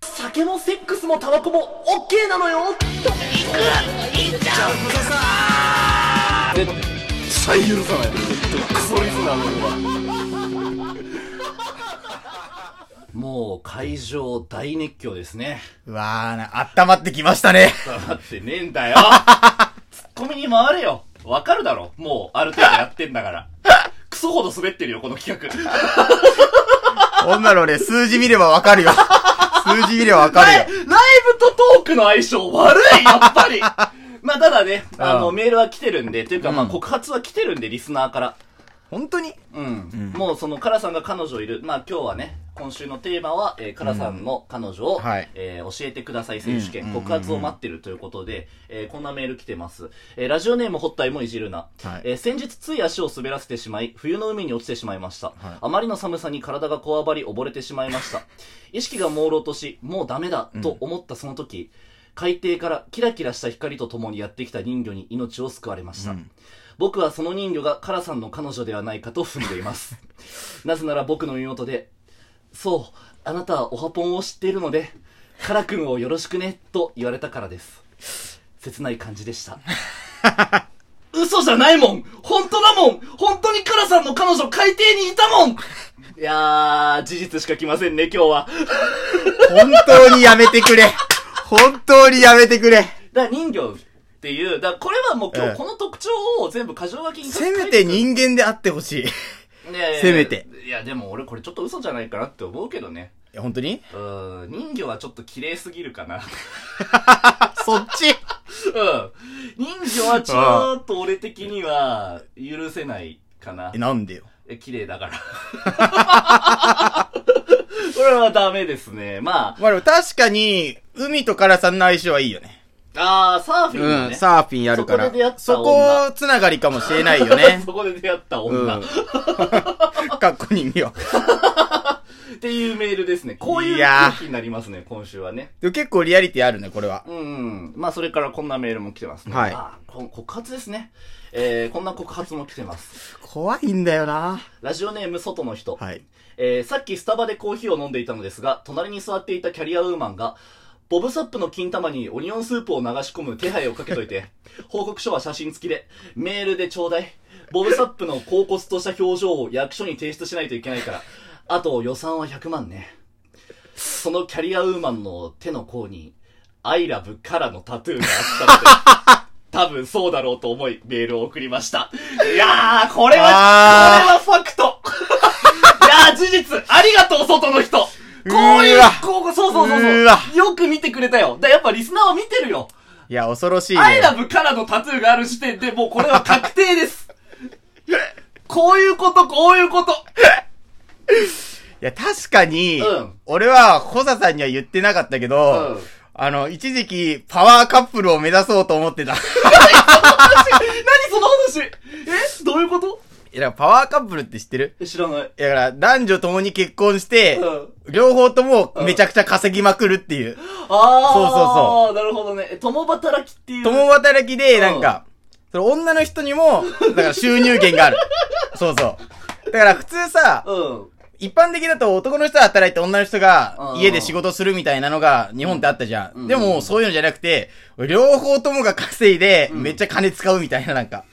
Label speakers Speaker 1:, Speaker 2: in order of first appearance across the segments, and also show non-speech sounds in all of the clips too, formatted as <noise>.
Speaker 1: 酒もセックスもタバコも OK なのよといくいっちゃうことさ絶対許さないクソリズナー俺はもう会場大熱狂ですね
Speaker 2: うわーな、温まってきましたね。
Speaker 1: だってねえんだよツッコミに回れよわかるだろもうある程度やってんだからクソほど滑ってるよこの企画
Speaker 2: こんなの俺、数字見ればわかるよ。数字見ればわか
Speaker 1: ライ
Speaker 2: る
Speaker 1: ライ
Speaker 2: よ。
Speaker 1: ブとトークの相性悪い、やっぱ
Speaker 2: <laughs>
Speaker 1: りまあ、ただね、あの、
Speaker 2: うん
Speaker 1: メールは来てるんで、というか、まあ、
Speaker 2: うん
Speaker 1: 告発は来てるんで、リスナーから。
Speaker 2: 本当に
Speaker 1: うん。もう、その、カラさんが彼女いる。まあ、今日はね、今週のテーマは、えー、カラさんの彼女を、
Speaker 2: はい
Speaker 1: えー教えてください選手
Speaker 2: うん
Speaker 1: 権、告発を待ってるということで、えーこんなメール来てます。えーラジオネーム、ホッタイもいじるな。
Speaker 2: はい
Speaker 1: えー先日、つい足を滑らせてしまい、冬の海に落ちてしまいました。
Speaker 2: はい
Speaker 1: あまりの寒さに体がこわばり溺れてしまいま
Speaker 2: <laughs>
Speaker 1: した。意識が朦朧とし、もうダメだ、と思ったその時、海底からキラキラした光と共にやってきた人魚に命を救われました。僕はその人魚がカラさんの彼女ではないかと踏んでい
Speaker 2: <laughs>
Speaker 1: ます。なぜなら僕の妹で、そう、あなたはオハポンを知っているので、カラ君をよろしくね、と言われたからです。切ない感じで
Speaker 2: <laughs>
Speaker 1: した。嘘じゃないもん本当だもん本当にカラさんの彼女海底にいたもんいやー、事実しか来ませんね、今日は。 <laughs>
Speaker 2: 本当にやめてくれ。本当にやめてくれ。
Speaker 1: だから人魚っていう、だからこれはもう今
Speaker 2: え
Speaker 1: 日
Speaker 2: え
Speaker 1: この特徴を全部箇条書きに
Speaker 2: せめて
Speaker 1: ね
Speaker 2: 人間であってほしい。い
Speaker 1: え
Speaker 2: せめて。
Speaker 1: いや、でも俺これちょっと嘘じゃないかなって思うけどね。
Speaker 2: や本当に
Speaker 1: うーん、人魚はちょっと綺麗すぎるかな。
Speaker 2: そっち
Speaker 1: うん。人魚はちょっと俺的には許せないかな
Speaker 2: え、。なんでよ。
Speaker 1: え、綺麗だから。これはダメですね。ま
Speaker 2: まあでも確かに、海と辛さんの相性はいいよね。
Speaker 1: あ、あー、サーフィンのね。
Speaker 2: うん、サーフィンやるから。
Speaker 1: そこで出会った
Speaker 2: そこつながりかもしれないよ
Speaker 1: <laughs>
Speaker 2: ね
Speaker 1: そ。こで出会った
Speaker 2: うん <laughs>
Speaker 1: 女、。
Speaker 2: かっこ人形。
Speaker 1: っていうメールですね。こういう
Speaker 2: いやー
Speaker 1: 空気になりますね、今週はね。
Speaker 2: でも結構リアリティあるね、これは。
Speaker 1: うんうん。まあ、それからこんなメールも来てますね。
Speaker 2: はい
Speaker 1: あーこ告発ですね。えー、こんな告発も来てます。
Speaker 2: 怖いんだよな。
Speaker 1: ラジオネーム、外の人。
Speaker 2: はい。
Speaker 1: えーさっきスタバでコーヒーを飲んでいたのですが、隣に座っていたキャリアウーマンが、ボブサップの金玉にオニオンスープを流し込む手配をかけとい
Speaker 2: <laughs>
Speaker 1: て、報告書は写真付きで、メールでちょうだい。ボブサップの高骨とした表情を役所に提出しないといけないから、あと予算は100万ね。そのキャリアウーマンの手の甲に、アイラブからのタトゥーがあったので、
Speaker 2: <laughs>
Speaker 1: 多分そうだろうと思いメールを送りました。いやー、これは、
Speaker 2: あー
Speaker 1: これはファクトいやー、事実ありがとう、外の人こういう
Speaker 2: うーわ、
Speaker 1: こう、そうそうそうそう
Speaker 2: うーわ
Speaker 1: よく見てくれたよ。だやっぱリスナーは見てるよ。
Speaker 2: いや、恐ろしいね。
Speaker 1: アイラブからのタトゥーがある時点で、もうこれは確定 <laughs> です。こういうこと、こういうこと。
Speaker 2: いや、確かに、
Speaker 1: うん
Speaker 2: 俺は、ホサさんには言ってなかったけど、
Speaker 1: うん
Speaker 2: あの、一時期、パワーカップルを目指そうと思ってた。 <laughs> い
Speaker 1: 何その話えどういうこと
Speaker 2: や、だからパワーカップルって知ってる
Speaker 1: え知らない。
Speaker 2: いやだから、男女共に結婚して、
Speaker 1: う
Speaker 2: 両方ともめちゃくちゃ稼ぎまくるっていう。
Speaker 1: ああ、
Speaker 2: そうそ
Speaker 1: そ
Speaker 2: う
Speaker 1: う。なるほどね。え共働きっていう。
Speaker 2: 共働き
Speaker 1: う
Speaker 2: で、
Speaker 1: ん
Speaker 2: なんか、その女の人にも、だから収入源 <laughs> がある。そうそう。だから普通さ、
Speaker 1: うん。
Speaker 2: 一般的だと男の人は働いて女の人が
Speaker 1: うん
Speaker 2: 家で仕事するみたいなのが日本ってあったじゃ
Speaker 1: う
Speaker 2: ん。
Speaker 1: ん
Speaker 2: でもそういうのじゃなくて、両方ともが稼いで
Speaker 1: うん
Speaker 2: めっちゃ金使うみたいなな
Speaker 1: <laughs>
Speaker 2: んか。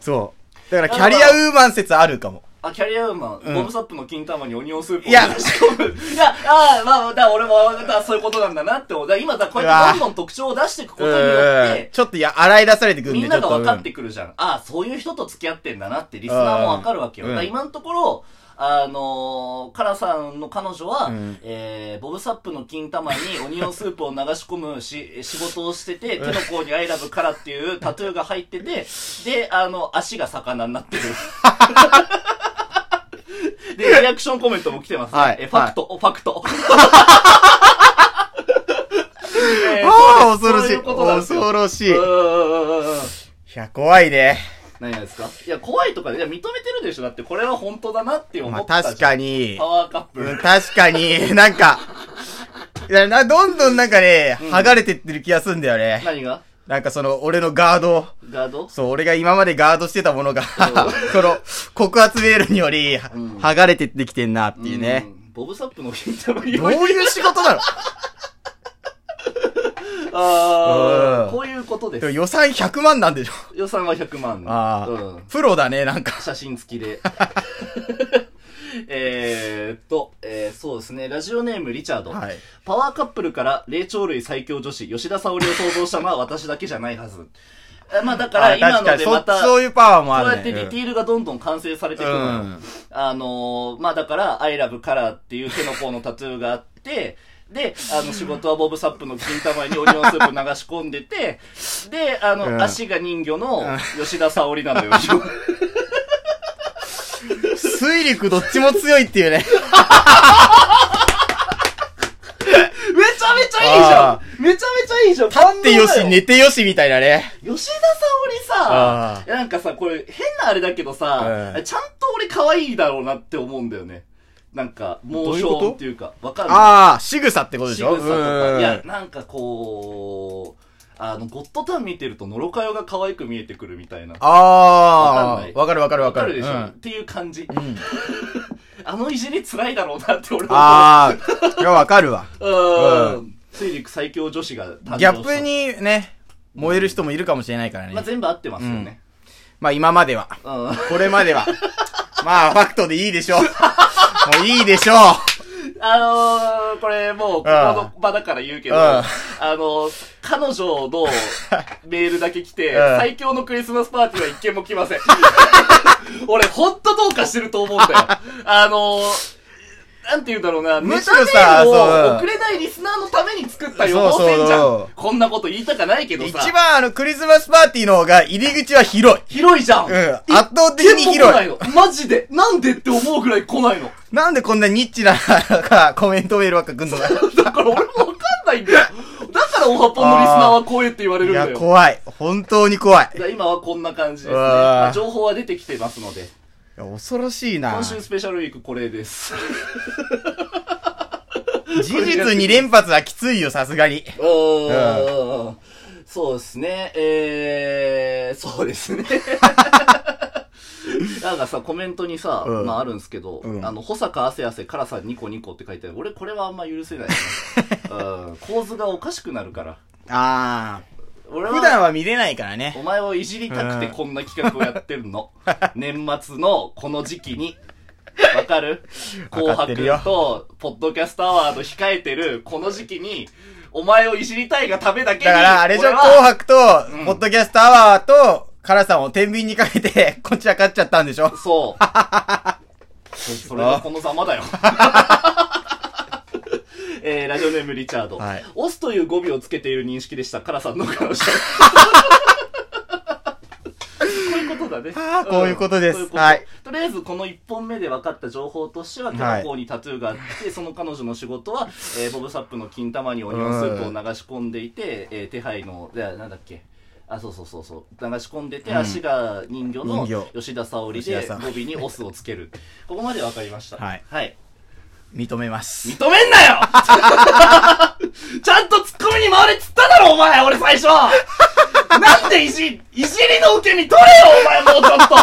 Speaker 2: そう。だからキャリアウーマン説あるかも。
Speaker 1: あ、キャリアウーマン、
Speaker 2: うん
Speaker 1: ボブサップの金玉にオニオンスープを
Speaker 2: いや
Speaker 1: 流し込む。いや、ああ、まあ、だから俺も、だからそういうことなんだなって思う。だから今さ、こうやってどんどん特徴を出していくことによっ
Speaker 2: うん
Speaker 1: て、
Speaker 2: ちょっとや、洗い出されてくるん
Speaker 1: み
Speaker 2: で、
Speaker 1: んなが
Speaker 2: ちょっと
Speaker 1: 分かってくるじゃん。ああ、そういう人と付き合ってんだなってリスナーも分かるわけよ。
Speaker 2: うん
Speaker 1: だから今のところ、あのー、カラさんの彼女は、
Speaker 2: うん
Speaker 1: えー、ボブサップの金玉にオニオンスープを流し込むし、仕事をしてて、手の甲にアイラブカラっていうタトゥーが入ってて、で、あの、足が魚にな
Speaker 2: <laughs>
Speaker 1: ってる。で、リアクションコメントも来てますね。
Speaker 2: はい
Speaker 1: え、ファクト、ファク
Speaker 2: <laughs>
Speaker 1: ト。えー
Speaker 2: ああ、
Speaker 1: そうで
Speaker 2: 恐ろ
Speaker 1: すそう
Speaker 2: し
Speaker 1: い
Speaker 2: い。
Speaker 1: うことなんですよ
Speaker 2: 恐ろしい。
Speaker 1: う
Speaker 2: い
Speaker 1: んうんうんうんうん。
Speaker 2: や、怖いね。
Speaker 1: 何がですかいや、怖いとかで、いや、認めてるでしょ。だって、これは本当だなって思
Speaker 2: まあ
Speaker 1: った
Speaker 2: 確かに
Speaker 1: パ。ワーカップ
Speaker 2: うん
Speaker 1: ル。
Speaker 2: 確かに、なんか、いやなどんどんなんかね、剥がれてってる気がすんだよね。
Speaker 1: 何が
Speaker 2: なんかその、俺のガード、
Speaker 1: ガード
Speaker 2: そう、俺が今までガードしてた <laughs> ものが、その、告発メールにより、
Speaker 1: ん
Speaker 2: 剥がれてってきてんなっていうね。
Speaker 1: んボブサップの金玉に
Speaker 2: どういう仕
Speaker 1: <laughs>
Speaker 2: 事なの
Speaker 1: ああ、
Speaker 2: うん
Speaker 1: こういうことで
Speaker 2: でも
Speaker 1: す。
Speaker 2: 予算100万なんでしょ
Speaker 1: 予算は100万。
Speaker 2: ああ、
Speaker 1: うん
Speaker 2: プロだね、なんか。
Speaker 1: 写真付きで。 <laughs> えーっと、えーそうですね。ラジオネームリチャード。
Speaker 2: はい。
Speaker 1: パワーカップルから霊長類最強女子、吉田沙織を想像したのは私だけじゃないはず。えまあだから
Speaker 2: あ
Speaker 1: 今ので
Speaker 2: そ
Speaker 1: また、
Speaker 2: そういうパワー
Speaker 1: こ
Speaker 2: も
Speaker 1: う
Speaker 2: あ
Speaker 1: や
Speaker 2: るね。
Speaker 1: ってディティールがどんどん完成されていく
Speaker 2: う
Speaker 1: のよ。
Speaker 2: ん。
Speaker 1: あのーまあだから、I love color っていう手の甲のタトゥーがあって、で、あの、仕事はボブサップの金玉にオニオンスープ流し込んでて、で、あの、
Speaker 2: うん
Speaker 1: 足が人魚の吉田沙織な
Speaker 2: <laughs>
Speaker 1: のよ。
Speaker 2: 水陸どっちも強いってい
Speaker 1: <laughs>
Speaker 2: うね。
Speaker 1: めちゃめちゃいいじゃ
Speaker 2: あ
Speaker 1: んめちゃめちゃいいじゃん立
Speaker 2: 立ってよし、寝てよしみたいなね。
Speaker 1: 吉田沙織さ
Speaker 2: ああ、
Speaker 1: いやなんかさ、これ変なあれだけどさ、
Speaker 2: うん
Speaker 1: ちゃんと俺可愛いだろうなって思うんだよね。なんか、モーシ
Speaker 2: どうい
Speaker 1: ョ
Speaker 2: うこ
Speaker 1: ン
Speaker 2: と
Speaker 1: っていうか、わかんない。
Speaker 2: ああ、仕草ってことで
Speaker 1: 仕
Speaker 2: しょ
Speaker 1: 草とか。
Speaker 2: うん
Speaker 1: いや、なんかこう、あの、ゴッドタン見てると、のろかよが可愛く見えてくるみたいな。わかん
Speaker 2: あ
Speaker 1: ない
Speaker 2: あ、わかるわかるわかる。
Speaker 1: でしょ、
Speaker 2: う
Speaker 1: っ
Speaker 2: ん
Speaker 1: ていう感じ。
Speaker 2: うん
Speaker 1: <laughs> あのいじり辛いだろうなって俺は
Speaker 2: ああ、いや、わかるわ。
Speaker 1: 思う。う。
Speaker 2: うん
Speaker 1: 水陸最強女子が誕生した
Speaker 2: ギャップ、にね、燃える人もいるかもしれないから
Speaker 1: まあ、
Speaker 2: ね。
Speaker 1: 全部合ってますよね。
Speaker 2: まあ今までは。
Speaker 1: うん。
Speaker 2: これまでは。 <laughs> まあ、ファクトでいいでし <laughs> ょう。もういいでしょう。
Speaker 1: あのー、これもう、ここの場だから言うけど、
Speaker 2: うん
Speaker 1: あのー、彼女 <laughs> のメールだけ来て、
Speaker 2: うん
Speaker 1: 最強のクリスマスパーティーは一件も来ません。 <laughs> 俺、ほんとどうかしてると <laughs> 思うんだよ。あのー、なんて言うんだろうな、
Speaker 2: む
Speaker 1: ネ
Speaker 2: し
Speaker 1: タ
Speaker 2: ろ
Speaker 1: メ
Speaker 2: さ
Speaker 1: ール
Speaker 2: そうう
Speaker 1: を
Speaker 2: ん
Speaker 1: 送れないリスナーのために作った予防線じゃん。
Speaker 2: そうそうそう
Speaker 1: こんなこと言いたかないけど
Speaker 2: 一
Speaker 1: さ。
Speaker 2: 番あの、クリスマスパーティーの方が入り口は広い。
Speaker 1: 広いじゃん。
Speaker 2: うん。圧倒的に
Speaker 1: 一件も来な
Speaker 2: 広
Speaker 1: い
Speaker 2: い。
Speaker 1: の。マジで。なんでって思うぐらい来ないの。
Speaker 2: なんでこんなニッチな、なんかコメントメールばっか来んのかな
Speaker 1: だから俺もわかんないんだよ。だからオハポンのリスナーは怖えって言われる
Speaker 2: い
Speaker 1: んだ
Speaker 2: や、
Speaker 1: よ。
Speaker 2: 怖い。本当に怖い。
Speaker 1: じゃあ今はこんな感じですね。
Speaker 2: うわー
Speaker 1: まあ情報は出てきてますので。
Speaker 2: いや恐ろしいな。
Speaker 1: 今週
Speaker 2: 事
Speaker 1: スペシャルウィークこれです。
Speaker 2: <laughs> 実に連発はきついよ、さすがに。
Speaker 1: うーん。そうですね。えー、そうですね。
Speaker 2: <laughs>
Speaker 1: なんかさ、コメントにさ、
Speaker 2: うん
Speaker 1: まああるんですけど、
Speaker 2: うん
Speaker 1: あの、保坂汗汗からさんニコニコって書いてある。俺これはあんま許せない、
Speaker 2: <laughs>
Speaker 1: ねうん。構図がおかしくなるから。
Speaker 2: あ
Speaker 1: 俺
Speaker 2: あ。
Speaker 1: は
Speaker 2: 普段は見れないからね。
Speaker 1: お前をいじりたくてこんな企画をやってる
Speaker 2: <laughs>
Speaker 1: の。年末のこの時期に。わかる紅
Speaker 2: わかってるよ
Speaker 1: 白と、ポッドキャストアワード控えてるこの時期に、お前をいじりたいがためだけに。
Speaker 2: だから、あれじゃ、
Speaker 1: 俺は
Speaker 2: 紅白と
Speaker 1: うん、
Speaker 2: ポッドキャストアワーと、カラさんを天秤にかけて、 <laughs> こっちは勝っちゃったんでしょ
Speaker 1: そう。
Speaker 2: <laughs>
Speaker 1: そそれがこのざまだよ。 <laughs> えー、ラジオネームリチャード。
Speaker 2: はい
Speaker 1: オスという語尾をつけている認識でした。カラさんの彼女。
Speaker 2: <laughs>
Speaker 1: こういうことだね。
Speaker 2: あーこういうことです
Speaker 1: そううこと
Speaker 2: はい
Speaker 1: とりあえず、この1本目で分かった情報としては、手の甲にタトゥーがあって、その彼女の仕事は、えーボブサップの金玉にオニオンスープを流し込んでいて、えー手配の、いやなんだっけ。あ、そうそうそうそう。流し込んでて、
Speaker 2: うん
Speaker 1: 足が人魚の
Speaker 2: 人
Speaker 1: 吉田沙織
Speaker 2: 吉
Speaker 1: で
Speaker 2: 田さん
Speaker 1: 語尾にオスをつける。ここまでわかりました。
Speaker 2: はい
Speaker 1: はい。
Speaker 2: 認めます。
Speaker 1: 認めんなよ <laughs> ちゃんとツッコミに回れっつっただろ、お前俺最初なんでいじ、いじりの受け身取れよ、お前もうちょっと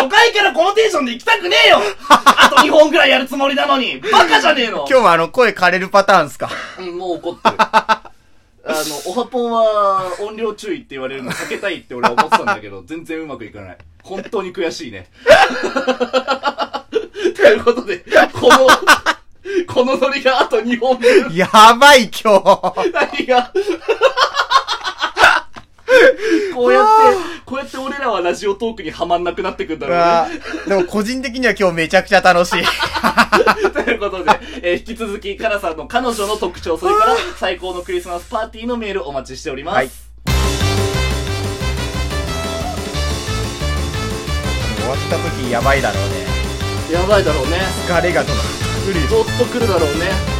Speaker 1: 初回からこのテンションで行きたくねえよあと2本くらいやるつもりなのにバカじゃねえの
Speaker 2: 今日もあの、声枯れるパターンっすか
Speaker 1: うん、もう怒 <laughs> ってる。あの、オハポンは音量注意って言われるの避けたいって俺は思ってたんだけど、 <laughs> 全然うまくいかない。本当に悔しいね。 <laughs> ということで、この、 <laughs> このノリがあと2本分。
Speaker 2: やばい、今日。
Speaker 1: 何が。 <laughs> こうやって、こうやって俺らはラジオトークにはまんなくなってくんだ
Speaker 2: う
Speaker 1: ろうね。
Speaker 2: わでも個人的には今日めちゃくちゃ楽しい。
Speaker 1: <laughs> ということで、えー引き続き、カラさんの彼女の特徴、それから最高のクリスマスパーティーのメールお待ちしております。
Speaker 2: はい終わった時やばいだろうね。
Speaker 1: やばいだろうね。
Speaker 2: 疲れがとか。
Speaker 1: ゾッとくるだろうね。